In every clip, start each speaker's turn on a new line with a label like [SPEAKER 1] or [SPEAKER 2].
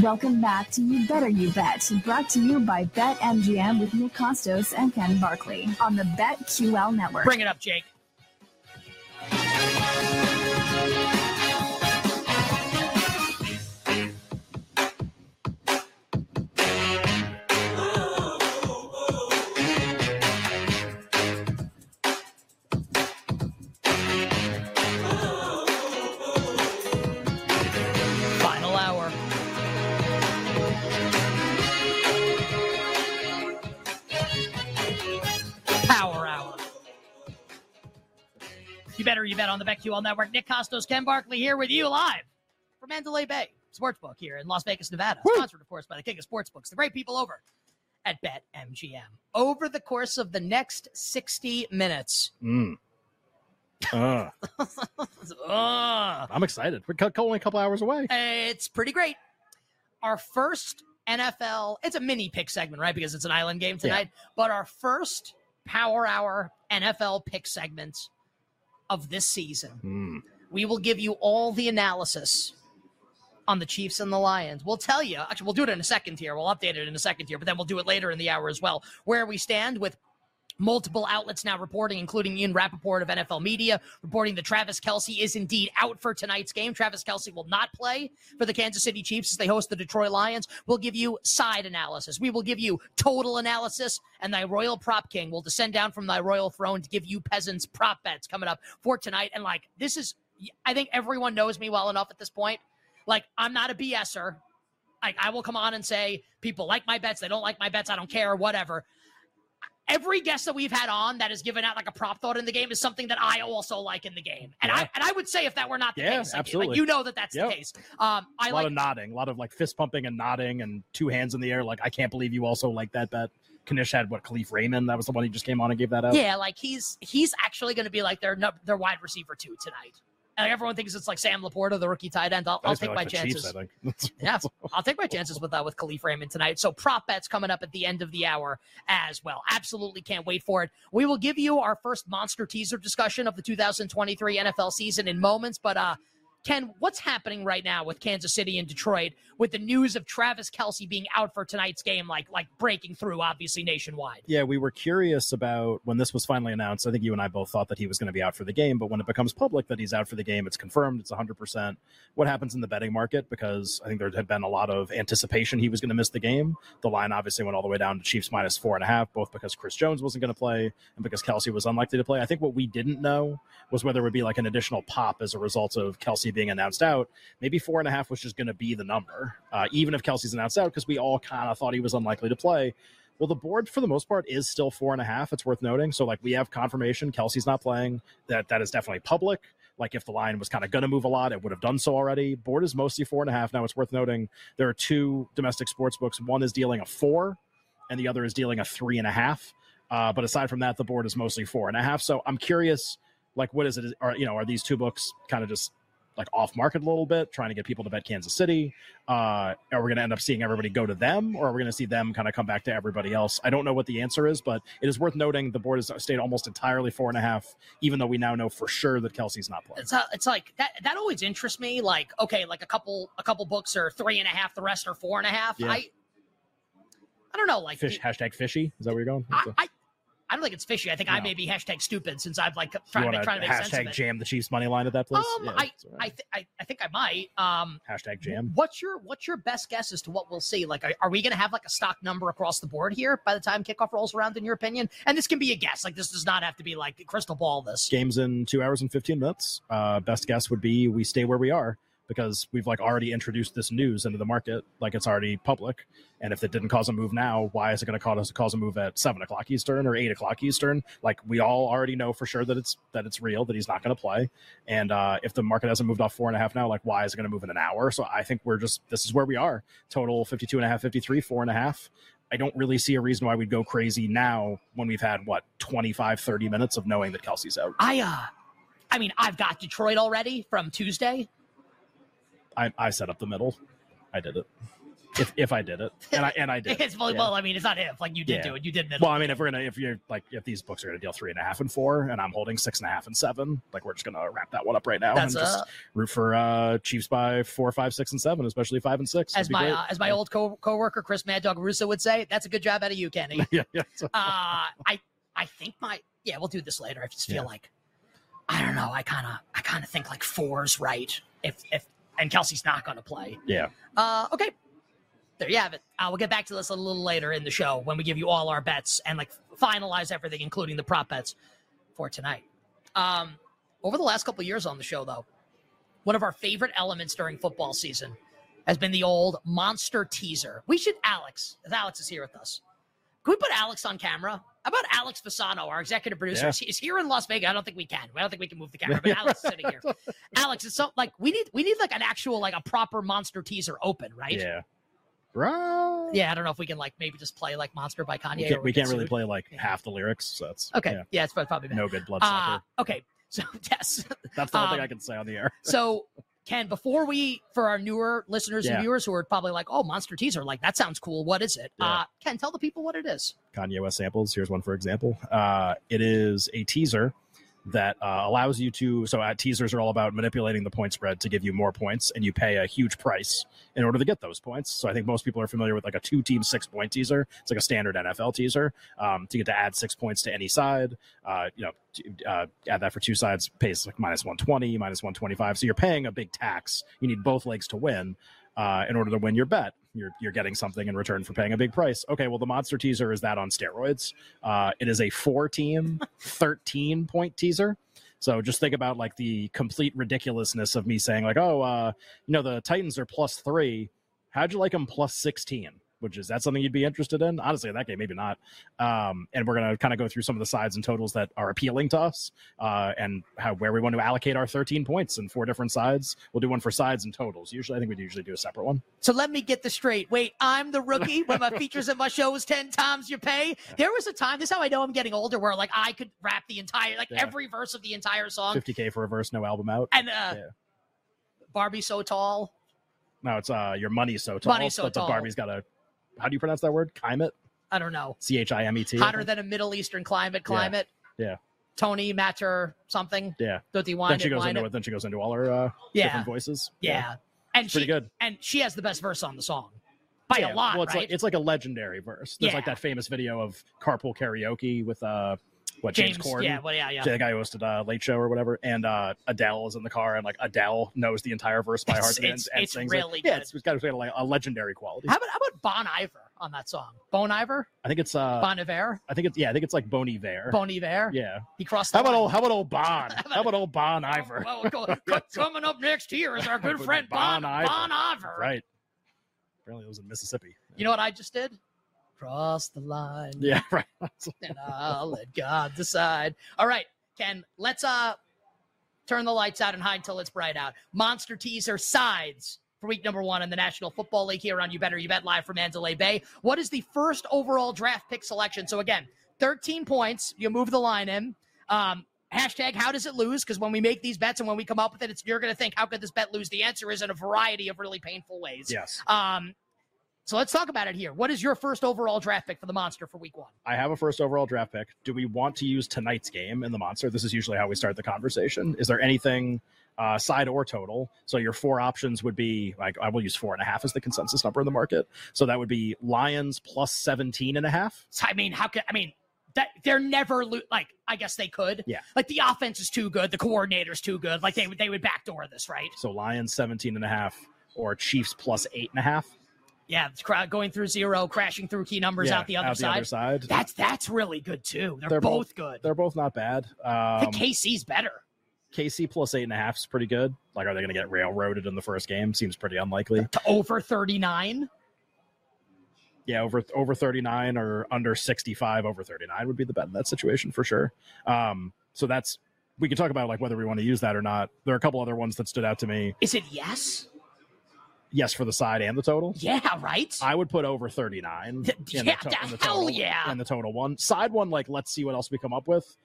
[SPEAKER 1] Welcome back to You Better You Bet, brought to you by BetMGM with Nick Costos and Ken Barkley on the BetQL network.
[SPEAKER 2] Bring it up, Jake. Final hour. Power hour. You better you bet on the BetQL network. Nick Costos, Ken Barkley here with you live from Mandalay Bay Sportsbook here in Las Vegas, Nevada. Sponsored, of course, by the King of Sportsbooks, the great people over at BetMGM. Over the course of the next 60 minutes.
[SPEAKER 3] Mm. Uh,
[SPEAKER 2] Ugh.
[SPEAKER 3] I'm excited. We're cu- only a couple hours away.
[SPEAKER 2] It's pretty great. Our first NFL, it's a mini pick segment, right? Because it's an island game tonight. But our first Power Hour NFL pick segment of this season.
[SPEAKER 3] Mm.
[SPEAKER 2] We will give you all the analysis on the Chiefs and the Lions. We'll tell you, actually, we'll do it in a second here. We'll update it in a second here, but then we'll do it later in the hour as well, where we stand with multiple outlets now reporting, including Ian Rappaport of NFL Media, reporting that Travis Kelsey is indeed out for tonight's game. Travis Kelsey will not play for the Kansas City Chiefs as they host the Detroit Lions. We'll give you side analysis. We will give you total analysis, and thy royal prop king will descend down from thy royal throne to give you peasants prop bets coming up for tonight. And like, this is, I think everyone knows me well enough at this point. Like, I'm not a BSer. Like, I will come on and say, people like my bets, they don't like my bets, I don't care, whatever every guest that we've had on that has given out like a prop thought in the game is something that I also like in the game. And I
[SPEAKER 3] Yeah.
[SPEAKER 2] and I would say if that were not the
[SPEAKER 3] Yeah,
[SPEAKER 2] case, like,
[SPEAKER 3] absolutely.
[SPEAKER 2] like, you know that that's
[SPEAKER 3] Yep.
[SPEAKER 2] the case. Um, I
[SPEAKER 3] a lot
[SPEAKER 2] like
[SPEAKER 3] of nodding, a lot of like fist pumping and nodding and two hands in the air. Like, I can't believe you also like that bet. Kanish had what Khalif Raymond. That was the one he just came on and gave that out.
[SPEAKER 2] yeah, like he's he's actually going to be like their nu- their wide receiver too tonight. And everyone thinks it's like Sam Laporta, the rookie tight end. I'll,
[SPEAKER 3] That
[SPEAKER 2] I'll
[SPEAKER 3] makes me
[SPEAKER 2] take my
[SPEAKER 3] like the
[SPEAKER 2] chances.
[SPEAKER 3] Chiefs, I think.
[SPEAKER 2] yeah, I'll take my chances with uh, with Khalif Raymond tonight. So prop bets coming up at the end of the hour as well. Absolutely can't wait for it. We will give you our first monster teaser discussion of the 2023 NFL season in moments, but uh Ken, what's happening right now with Kansas City and Detroit with the news of Travis Kelsey being out for tonight's game, like like breaking through obviously nationwide?
[SPEAKER 3] Yeah, we were curious about when this was finally announced. I think you and I both thought that he was going to be out for the game, but when it becomes public that he's out for the game, it's confirmed, it's 100%. What happens in the betting market? Because I think there had been a lot of anticipation he was going to miss the game. The line obviously went all the way down to Chiefs minus four and a half, both because Chris Jones wasn't going to play and because Kelsey was unlikely to play. I think what we didn't know was whether it would be like an additional pop as a result of Kelsey being announced out. Maybe four and a half was just going to be the number, uh, even if Kelsey's announced out, because we all kind of thought he was unlikely to play. Well, the board for the most part is still four and a half. It's worth noting. So, like, we have confirmation Kelsey's not playing. That that is definitely public. Like, if the line was kind of going to move a lot, it would have done so already. Board is mostly four and a half. Now, it's worth noting there are two domestic sports books. One is dealing a four, and the other is dealing a three and a half. Uh, but aside from that, the board is mostly four and a half. So, I'm curious, like, what is it? Are you know, are these two books kind of just like off market a little bit, trying to get people to bet Kansas City? uh, are we going to end up seeing everybody go to them or are we going to see them kind of come back to everybody else? I don't know what the answer is, but it is worth noting the board has stayed almost entirely four and a half, even though we now know for sure that Kelsey's not playing.
[SPEAKER 2] It's, uh, it's like that that always interests me. Like, okay, like a couple a couple books are three and a half, the rest are four and a half.
[SPEAKER 3] Yeah.
[SPEAKER 2] I I don't know, like
[SPEAKER 3] Fish,
[SPEAKER 2] the-
[SPEAKER 3] hashtag fishy. Is that where you're going?
[SPEAKER 2] I, I, I don't think it's fishy. I think I
[SPEAKER 3] No.
[SPEAKER 2] may be hashtag stupid since I've like
[SPEAKER 3] you
[SPEAKER 2] trying
[SPEAKER 3] want
[SPEAKER 2] to
[SPEAKER 3] to
[SPEAKER 2] trying to make sense of
[SPEAKER 3] hashtag
[SPEAKER 2] it.
[SPEAKER 3] jam the Chiefs money line at that place?
[SPEAKER 2] Um,
[SPEAKER 3] that's all
[SPEAKER 2] I,
[SPEAKER 3] right.
[SPEAKER 2] th- I, I think I might. Um,
[SPEAKER 3] hashtag jam.
[SPEAKER 2] what's your what's your best guess as to what we'll see? Like, are, are we going to have like a stock number across the board here by the time kickoff rolls around? In your opinion, and this can be a guess. Like, this does not have to be like crystal ball. This
[SPEAKER 3] Games in two hours and 15 minutes. Uh, best guess would be we stay where we are because we've like already introduced this news into the market. Like it's already public. And if it didn't cause a move now, why is it going to cause us cause a move at seven o'clock Eastern or eight o'clock Eastern? Like we all already know for sure that it's that it's real that he's not going to play. And uh, if the market hasn't moved off four and a half now, like why is it going to move in an hour? So I think we're just this is where we are. Total 52 and a half, 53, four and a half. I don't really see a reason why we'd go crazy now when we've had what 25, 30 minutes of knowing that Kelsey's out.
[SPEAKER 2] I uh, I mean, I've got Detroit already from Tuesday.
[SPEAKER 3] I, I set up the middle. I did it. if if I did it, and I and I did.
[SPEAKER 2] It's well,
[SPEAKER 3] Yeah.
[SPEAKER 2] well, I mean, it's not if like you did
[SPEAKER 3] Yeah.
[SPEAKER 2] do it, you did middle.
[SPEAKER 3] Well, I mean, if we're gonna if you're like if these books are gonna deal three and a half and four, and I'm holding six and a half and seven, like we're just gonna wrap that one up right now
[SPEAKER 2] That's
[SPEAKER 3] and just
[SPEAKER 2] uh,
[SPEAKER 3] root for uh Chiefs by four, five, six, and seven, especially five and six.
[SPEAKER 2] as
[SPEAKER 3] It'd be
[SPEAKER 2] my
[SPEAKER 3] great.
[SPEAKER 2] uh, as my old co coworker Chris Mad Dog Russo would say, that's a good job out of you, Kenny. uh,
[SPEAKER 3] yeah, yeah. So-
[SPEAKER 2] I I think my yeah, we'll do this later. I just feel
[SPEAKER 3] Yeah.
[SPEAKER 2] like I don't know. I kind of I kind of think like four's right. If if and Kelsey's not going to play.
[SPEAKER 3] yeah.
[SPEAKER 2] Uh, okay. There you have it. Uh, we'll get back to this a little later in the show when we give you all our bets and like finalize everything, including the prop bets for tonight. Um, over the last couple of years on the show, though, one of our favorite elements during football season has been the old monster teaser. We should Alex, if Alex is here with us. Can we put Alex on camera? How about Alex Fasano, our executive producer?
[SPEAKER 3] Yeah.
[SPEAKER 2] He's He's here in Las Vegas. I don't think we can. I don't think we can move the camera, but Alex is sitting here. Alex, it's so like we need we need like an actual like a proper monster teaser open, right?
[SPEAKER 3] Yeah. Right.
[SPEAKER 2] Yeah, I don't know if we can like maybe just play like Monster by Kanye.
[SPEAKER 3] We
[SPEAKER 2] or
[SPEAKER 3] can't, we
[SPEAKER 2] get
[SPEAKER 3] can't really
[SPEAKER 2] sued.
[SPEAKER 3] play like
[SPEAKER 2] Yeah.
[SPEAKER 3] half the lyrics. So that's
[SPEAKER 2] Okay, yeah,
[SPEAKER 3] yeah,
[SPEAKER 2] it's probably bad.
[SPEAKER 3] no good blood
[SPEAKER 2] uh,
[SPEAKER 3] sucker.
[SPEAKER 2] okay, so yes,
[SPEAKER 3] That's the only thing
[SPEAKER 2] um,
[SPEAKER 3] I can say on the air.
[SPEAKER 2] so Ken, before we for our newer listeners and
[SPEAKER 3] Yeah.
[SPEAKER 2] viewers who are probably like, oh, monster teaser, like that sounds cool. What is it?
[SPEAKER 3] Yeah.
[SPEAKER 2] Uh, Ken, tell the people what it is.
[SPEAKER 3] Kanye West samples. Here's one for example. Uh, it is a teaser that uh, allows you to. So uh, teasers are all about manipulating the point spread to give you more points, and you pay a huge price in order to get those points. So I think most people are familiar with like a two-team six-point teaser. It's like a standard NFL teaser um, to get to add six points to any side. Uh, you know, t- uh, add that for two sides pays like minus one twenty, minus one twenty-five. So you're paying a big tax. You need both legs to win uh, in order to win your bet. You're, you're getting something in return for paying a big price. Okay, well, the monster teaser is that on steroids. Uh, it is a four team, 13 point teaser. So just think about like the complete ridiculousness of me saying, like, oh, uh, you know, the Titans are plus three. How'd you like them plus 16? Which is that something you'd be interested in? Honestly, in that game, maybe not. Um, and we're going to kind of go through some of the sides and totals that are appealing to us uh, and how where we want to allocate our 13 points in four different sides. We'll do one for sides and totals. Usually, I think we'd usually do a separate one.
[SPEAKER 2] So let me get this straight. Wait, I'm the rookie. One of my features in my show was 10 times your pay. There was a time, this is how I know I'm getting older, where like I could rap the entire, like
[SPEAKER 3] Yeah.
[SPEAKER 2] every verse of the entire song.
[SPEAKER 3] 50k for a verse, no album out.
[SPEAKER 2] And uh,
[SPEAKER 3] Yeah.
[SPEAKER 2] Barbie So Tall.
[SPEAKER 3] No, it's uh your money so tall.
[SPEAKER 2] Money so
[SPEAKER 3] but the
[SPEAKER 2] tall.
[SPEAKER 3] Barbie's got a. How do you pronounce that word? Climate.
[SPEAKER 2] I don't know.
[SPEAKER 3] C H I M E T.
[SPEAKER 2] Hotter than a Middle Eastern climate, climate.
[SPEAKER 3] yeah.
[SPEAKER 2] Tony Matter something.
[SPEAKER 3] Yeah.
[SPEAKER 2] Don't you
[SPEAKER 3] Then
[SPEAKER 2] want
[SPEAKER 3] she
[SPEAKER 2] it?
[SPEAKER 3] goes
[SPEAKER 2] wind
[SPEAKER 3] into
[SPEAKER 2] it?
[SPEAKER 3] it. Then she goes into all her uh,
[SPEAKER 2] Yeah.
[SPEAKER 3] different voices.
[SPEAKER 2] Yeah. And
[SPEAKER 3] It's pretty
[SPEAKER 2] she
[SPEAKER 3] good.
[SPEAKER 2] and she has the best verse on the song. By a
[SPEAKER 3] yeah.
[SPEAKER 2] lot,
[SPEAKER 3] Well, it's
[SPEAKER 2] right?
[SPEAKER 3] like it's like a legendary verse. There's like
[SPEAKER 2] Yeah.
[SPEAKER 3] that famous video of carpool karaoke with uh what James, Corden.
[SPEAKER 2] Yeah, well, yeah, yeah.
[SPEAKER 3] The guy who hosted uh, Late Show or whatever, and uh, Adele is in the car, and like Adele knows the entire verse by
[SPEAKER 2] It's-
[SPEAKER 3] heart and,
[SPEAKER 2] it's-
[SPEAKER 3] and
[SPEAKER 2] it's
[SPEAKER 3] sings
[SPEAKER 2] really
[SPEAKER 3] it. Yeah,
[SPEAKER 2] good.
[SPEAKER 3] it's, it's got it's got, like a legendary quality.
[SPEAKER 2] How about how about Bon Iver on that song? Bon Iver?
[SPEAKER 3] I think it's uh,
[SPEAKER 2] bon Iver?
[SPEAKER 3] I think it's yeah, I think it's like Boney Vare.
[SPEAKER 2] Bon Iver?
[SPEAKER 3] Yeah.
[SPEAKER 2] He crossed the
[SPEAKER 3] How about
[SPEAKER 2] line. Oh,
[SPEAKER 3] old How about old Bon? How about old Bon Iver?
[SPEAKER 2] Well, go- co- coming up next here is our good
[SPEAKER 3] With
[SPEAKER 2] friend Bon,
[SPEAKER 3] Bon Iver.
[SPEAKER 2] Bon Iver.
[SPEAKER 3] Right. Apparently, it was in Mississippi.
[SPEAKER 2] You know what I just did? Cross the line.
[SPEAKER 3] Yeah. Right.
[SPEAKER 2] and I'll let God decide. All right, Ken, let's uh turn the lights out and hide till it's bright out. Monster teaser sides for week number one in the National Football League here on You Better You Bet live from Mandalay Bay. What is the first overall draft pick selection? So again, 13 points. You move the line in. Um, hashtag how does it lose? Because when we make these bets and when we come up with it, it's you're gonna think, how could this bet lose? The answer is in a variety of really painful ways.
[SPEAKER 3] Yes.
[SPEAKER 2] Um so let's talk about it here. What is your first overall draft pick for the monster for week one?
[SPEAKER 3] I have a first overall draft pick. Do we want to use tonight's game in the monster? This is usually how we start the conversation. Is there anything uh, side or total? So your four options would be like I will use four and a half as the consensus number in the market. So that would be Lions plus 17 and a half.
[SPEAKER 2] So, I mean, how could I mean that they're never lo- like I guess they could.
[SPEAKER 3] Yeah.
[SPEAKER 2] Like the offense is too good, the coordinator's too good. Like they would they would backdoor this, right?
[SPEAKER 3] So Lions 17 and a half or Chiefs plus eight and a half.
[SPEAKER 2] Yeah, it's cra- going through zero, crashing through key numbers
[SPEAKER 3] Yeah,
[SPEAKER 2] out the other side.
[SPEAKER 3] side.
[SPEAKER 2] That's that's really good too. They're,
[SPEAKER 3] They're
[SPEAKER 2] both,
[SPEAKER 3] both-
[SPEAKER 2] good.
[SPEAKER 3] They're both not bad.
[SPEAKER 2] I think
[SPEAKER 3] Um,
[SPEAKER 2] KC's better.
[SPEAKER 3] KC plus eight and a half is pretty good. Like, are they going to get railroaded in the first game? Seems pretty unlikely.
[SPEAKER 2] To over 39.
[SPEAKER 3] Yeah, over over thirty nine or under sixty five over thirty nine would be the bet in that situation for sure. Um, so that's we can talk about like whether we want to use that or not. There are a couple other ones that stood out to me.
[SPEAKER 2] Is it yes?
[SPEAKER 3] Yes, for the side and the total.
[SPEAKER 2] Yeah, right?
[SPEAKER 3] I would put over 39. in
[SPEAKER 2] Yeah,
[SPEAKER 3] the
[SPEAKER 2] the
[SPEAKER 3] in the
[SPEAKER 2] hell
[SPEAKER 3] total,
[SPEAKER 2] yeah.
[SPEAKER 3] In the total one. Side one, like, let's see what else we come up with.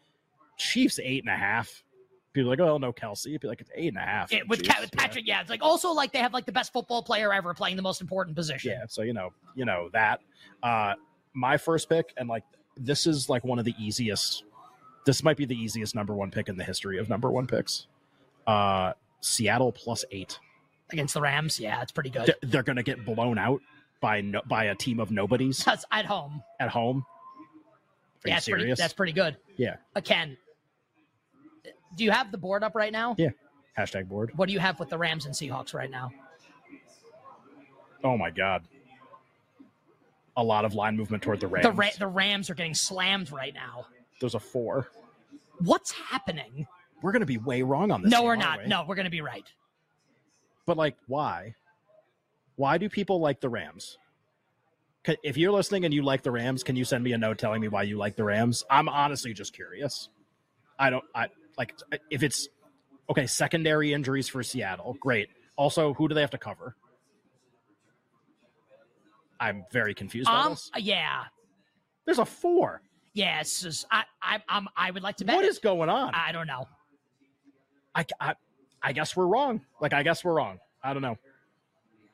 [SPEAKER 3] Chiefs eight and a half people are like, oh no, Kelsey. It'd be like it's eight and a half.
[SPEAKER 2] It, with,
[SPEAKER 3] Jeez.
[SPEAKER 2] Ca- with Patrick, yeah. it's like also like they have like the best football player ever playing the most important position.
[SPEAKER 3] Yeah, so you know, you know that. Uh my first pick, and like this is like one of the easiest. This might be the easiest number one pick in the history of number one picks. Uh Seattle plus eight.
[SPEAKER 2] against the Rams. Yeah, it's pretty good.
[SPEAKER 3] They're, they're gonna get blown out by no, by a team of nobodies
[SPEAKER 2] That's at home.
[SPEAKER 3] at home. Are
[SPEAKER 2] yeah,
[SPEAKER 3] you
[SPEAKER 2] that's pretty,
[SPEAKER 3] serious?
[SPEAKER 2] that's pretty good.
[SPEAKER 3] Yeah.
[SPEAKER 2] Uh, Ken, do you have the board up right now?
[SPEAKER 3] Yeah. Hashtag board.
[SPEAKER 2] What do you have with the Rams and Seahawks right now?
[SPEAKER 3] Oh my god. A lot of line movement toward the Rams.
[SPEAKER 2] The Ra- the Rams are getting slammed right now.
[SPEAKER 3] There's a four.
[SPEAKER 2] What's happening?
[SPEAKER 3] We're gonna be way wrong on this.
[SPEAKER 2] no,
[SPEAKER 3] game,
[SPEAKER 2] we're
[SPEAKER 3] aren't
[SPEAKER 2] not.
[SPEAKER 3] we?
[SPEAKER 2] No, we're going to be right.
[SPEAKER 3] But like, why? Why do people like the Rams? C- If you're listening and you like the Rams, can you send me a note telling me why you like the Rams? I'm honestly just curious. I don't. I like if it's okay. Secondary injuries for Seattle, great. Also, who do they have to cover? I'm very confused. by
[SPEAKER 2] Um,
[SPEAKER 3] this.
[SPEAKER 2] yeah,
[SPEAKER 3] There's a four.
[SPEAKER 2] yeah. It's just, I, I, I'm, I would like to bet.
[SPEAKER 3] What
[SPEAKER 2] it.
[SPEAKER 3] is going on?
[SPEAKER 2] I don't know.
[SPEAKER 3] I, I, I guess we're wrong. Like, I guess we're wrong. I don't know.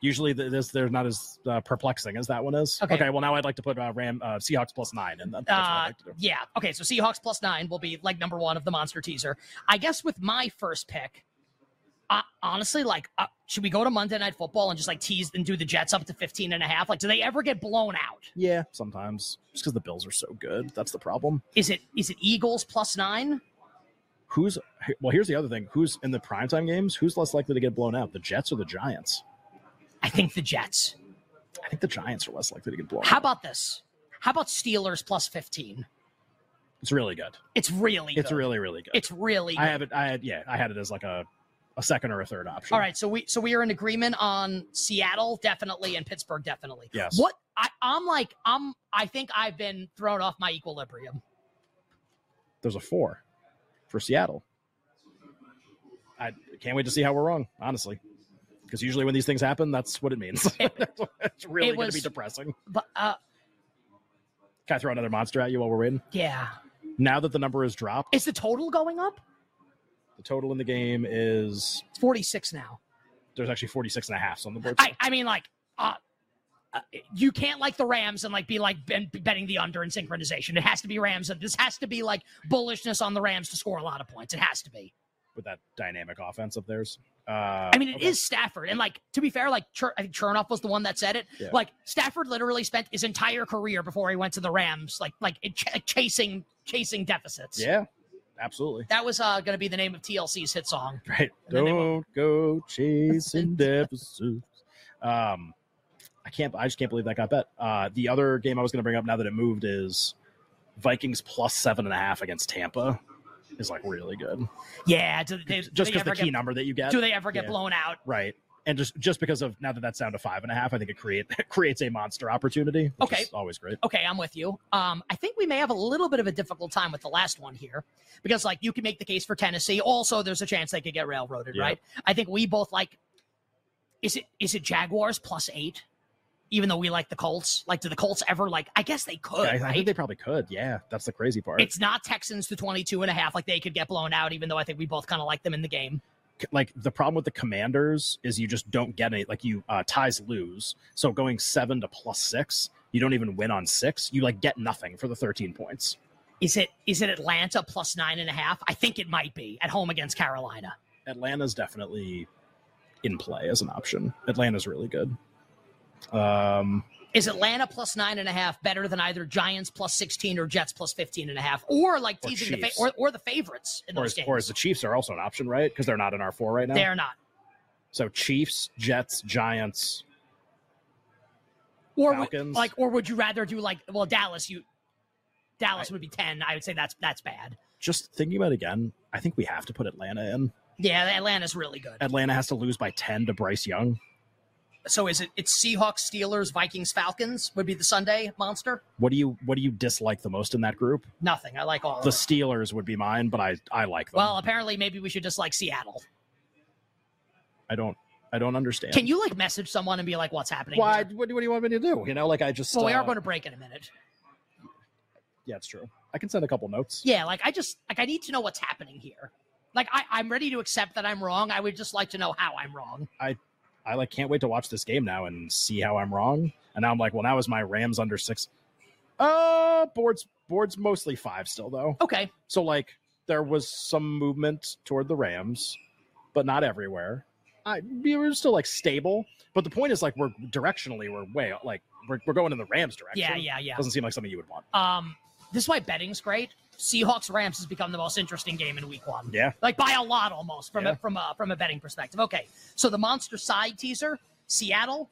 [SPEAKER 3] Usually, th- this they're not as uh, perplexing as that one is.
[SPEAKER 2] Okay.
[SPEAKER 3] well, now I'd like to put uh, Ram uh, Seahawks plus nine, and then that's what I'd
[SPEAKER 2] Uh,
[SPEAKER 3] like to do.
[SPEAKER 2] yeah. Okay. So Seahawks plus nine will be like number one of the monster teaser. I guess with my first pick, uh, honestly, like, uh, should we go to Monday Night Football and just like tease and do the Jets up to 15 and a half? Like, do they ever get blown out?
[SPEAKER 3] Yeah, sometimes just because the Bills are so good, that's the problem.
[SPEAKER 2] Is it is it Eagles plus nine?
[SPEAKER 3] Who's he- well? Here's the other thing: who's in the primetime games? Who's less likely to get blown out, the Jets or the Giants?
[SPEAKER 2] I think the Jets.
[SPEAKER 3] I think the Giants are less likely to get blown.
[SPEAKER 2] How
[SPEAKER 3] out.
[SPEAKER 2] about this? How about Steelers plus 15?
[SPEAKER 3] It's really good.
[SPEAKER 2] It's really
[SPEAKER 3] It's
[SPEAKER 2] good.
[SPEAKER 3] really really good.
[SPEAKER 2] it's really
[SPEAKER 3] I
[SPEAKER 2] good.
[SPEAKER 3] have it. I had yeah. I had it as like a a second or a third option.
[SPEAKER 2] All right, so we so we are in agreement on Seattle definitely and Pittsburgh definitely.
[SPEAKER 3] Yes.
[SPEAKER 2] What I, I'm like I'm I think I've been thrown off my equilibrium.
[SPEAKER 3] there's a four for Seattle. I can't wait to see how we're wrong, honestly. Because usually when these things happen, that's what it means. it's really
[SPEAKER 2] It
[SPEAKER 3] going to be
[SPEAKER 2] was-
[SPEAKER 3] depressing.
[SPEAKER 2] But uh,
[SPEAKER 3] Can I throw another monster at you while we're waiting?
[SPEAKER 2] yeah,
[SPEAKER 3] Now that the number is dropped,
[SPEAKER 2] is the total going up?
[SPEAKER 3] the total in the game is
[SPEAKER 2] It's 46 now.
[SPEAKER 3] there's actually 46 and a half on the board.
[SPEAKER 2] I I mean like uh, uh you can't like the Rams and like be like ben, betting the under in synchronization. It has to be Rams, and this has to be like bullishness on the Rams to score a lot of points. It has to be.
[SPEAKER 3] with that dynamic offense of theirs. Uh,
[SPEAKER 2] I mean, it is Stafford, and like to be fair, like Chur- I think Chernoff was the one that said it.
[SPEAKER 3] Yeah.
[SPEAKER 2] Like Stafford literally spent his entire career before he went to the Rams, like like it ch- chasing chasing deficits.
[SPEAKER 3] Yeah, absolutely.
[SPEAKER 2] that was uh, going to be the name of TLC's hit song.
[SPEAKER 3] Right.
[SPEAKER 2] And then they
[SPEAKER 3] Don't go chasing deficits. Um, I can't. I just can't believe that got bet. Uh, the other game I was going to bring up now that it moved is Vikings plus seven and a half against Tampa is like really good.
[SPEAKER 2] Yeah, do they, do
[SPEAKER 3] Just
[SPEAKER 2] they
[SPEAKER 3] because
[SPEAKER 2] ever
[SPEAKER 3] the key
[SPEAKER 2] get,
[SPEAKER 3] number that you get,
[SPEAKER 2] do they ever get
[SPEAKER 3] yeah.
[SPEAKER 2] blown out?
[SPEAKER 3] right? And just just because of now that that's down to five and a half, I think it create creates a monster opportunity. Which
[SPEAKER 2] Okay.
[SPEAKER 3] is always great.
[SPEAKER 2] Okay, I'm with you. Um, I think we may have a little bit of a difficult time with the last one here because, like, you can make the case for Tennessee. Also, there's a chance they could get railroaded,
[SPEAKER 3] Yeah.
[SPEAKER 2] right? I think we both like. Is it is it Jaguars plus eight? Even though we like the Colts, like, do the Colts ever like? I guess they could,
[SPEAKER 3] I, I
[SPEAKER 2] right?
[SPEAKER 3] think they probably could. Yeah, that's the crazy part.
[SPEAKER 2] it's not Texans to 22 and a half. Like, they could get blown out, even though I think we both kind of like them in the game.
[SPEAKER 3] like the problem with the commanders is you just don't get any like you uh ties lose so going seven to plus six you don't even win on six you like get nothing for the 13 points
[SPEAKER 2] Is it is it Atlanta plus nine and a half? I think it might be at home against Carolina.
[SPEAKER 3] atlanta's definitely in play as an option atlanta's really good um
[SPEAKER 2] is Atlanta plus nine and a half better than either Giants plus 16 or Jets plus 15 and a half or like
[SPEAKER 3] Or
[SPEAKER 2] teasing the fa-
[SPEAKER 3] Chiefs.
[SPEAKER 2] or, or the favorites in
[SPEAKER 3] or
[SPEAKER 2] those
[SPEAKER 3] as,
[SPEAKER 2] games?
[SPEAKER 3] or as the chiefs are also an option right because they're not in r4 right now
[SPEAKER 2] They're not.
[SPEAKER 3] so chiefs jets giants
[SPEAKER 2] Or would,
[SPEAKER 3] Falcons.
[SPEAKER 2] like or would you rather do like well Dallas you Dallas would be 10. I would say that's that's bad.
[SPEAKER 3] just thinking about it again i think we have to put atlanta in
[SPEAKER 2] Yeah, Atlanta's really good.
[SPEAKER 3] atlanta has to lose by 10 to bryce young
[SPEAKER 2] So is it it's Seahawks, Steelers, Vikings, Falcons would be the Sunday monster?
[SPEAKER 3] what do you what do you dislike the most in that group
[SPEAKER 2] Nothing. I like all of
[SPEAKER 3] The
[SPEAKER 2] them.
[SPEAKER 3] Steelers would be mine, but I I like them.
[SPEAKER 2] Well, apparently maybe we should just like Seattle.
[SPEAKER 3] I don't I don't understand.
[SPEAKER 2] Can you like message someone and be like what's happening?
[SPEAKER 3] Why?
[SPEAKER 2] here?
[SPEAKER 3] What do, what do you want me to do? You know, like I just.
[SPEAKER 2] Well, we
[SPEAKER 3] uh,
[SPEAKER 2] are going to break in a minute.
[SPEAKER 3] Yeah, it's true. I can send a couple notes.
[SPEAKER 2] Yeah, like I just like I need to know what's happening here. Like I, I'm ready to accept that I'm wrong. I would just like to know how I'm wrong.
[SPEAKER 3] I like can't wait to watch this game now and see how I'm wrong. And now I'm like, well, now is my Rams under six? Uh, boards boards mostly five still though.
[SPEAKER 2] Okay.
[SPEAKER 3] So like there was some movement toward the Rams, but not everywhere. I we were still like stable, but the point is like we're directionally we're way like we're, we're going in the Rams direction.
[SPEAKER 2] Yeah, yeah, yeah.
[SPEAKER 3] Doesn't seem like something you would want.
[SPEAKER 2] Um, this is why betting's great. Seahawks Rams has become the most interesting game in Week One.
[SPEAKER 3] Yeah.
[SPEAKER 2] like by a lot almost from
[SPEAKER 3] Yeah.
[SPEAKER 2] a, from a from a betting perspective. Okay, so the monster side teaser: Seattle,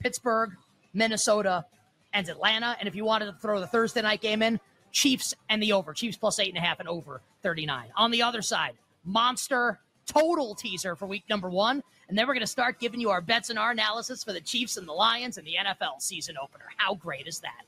[SPEAKER 2] Pittsburgh, Minnesota, and Atlanta. And if you wanted to throw the Thursday night game in, Chiefs and the over. Chiefs plus eight and a half and over thirty nine. On the other side, monster total teaser for week number one. And then we're going to start giving you our bets and our analysis for the Chiefs and the Lions and the NFL season opener. How great is that?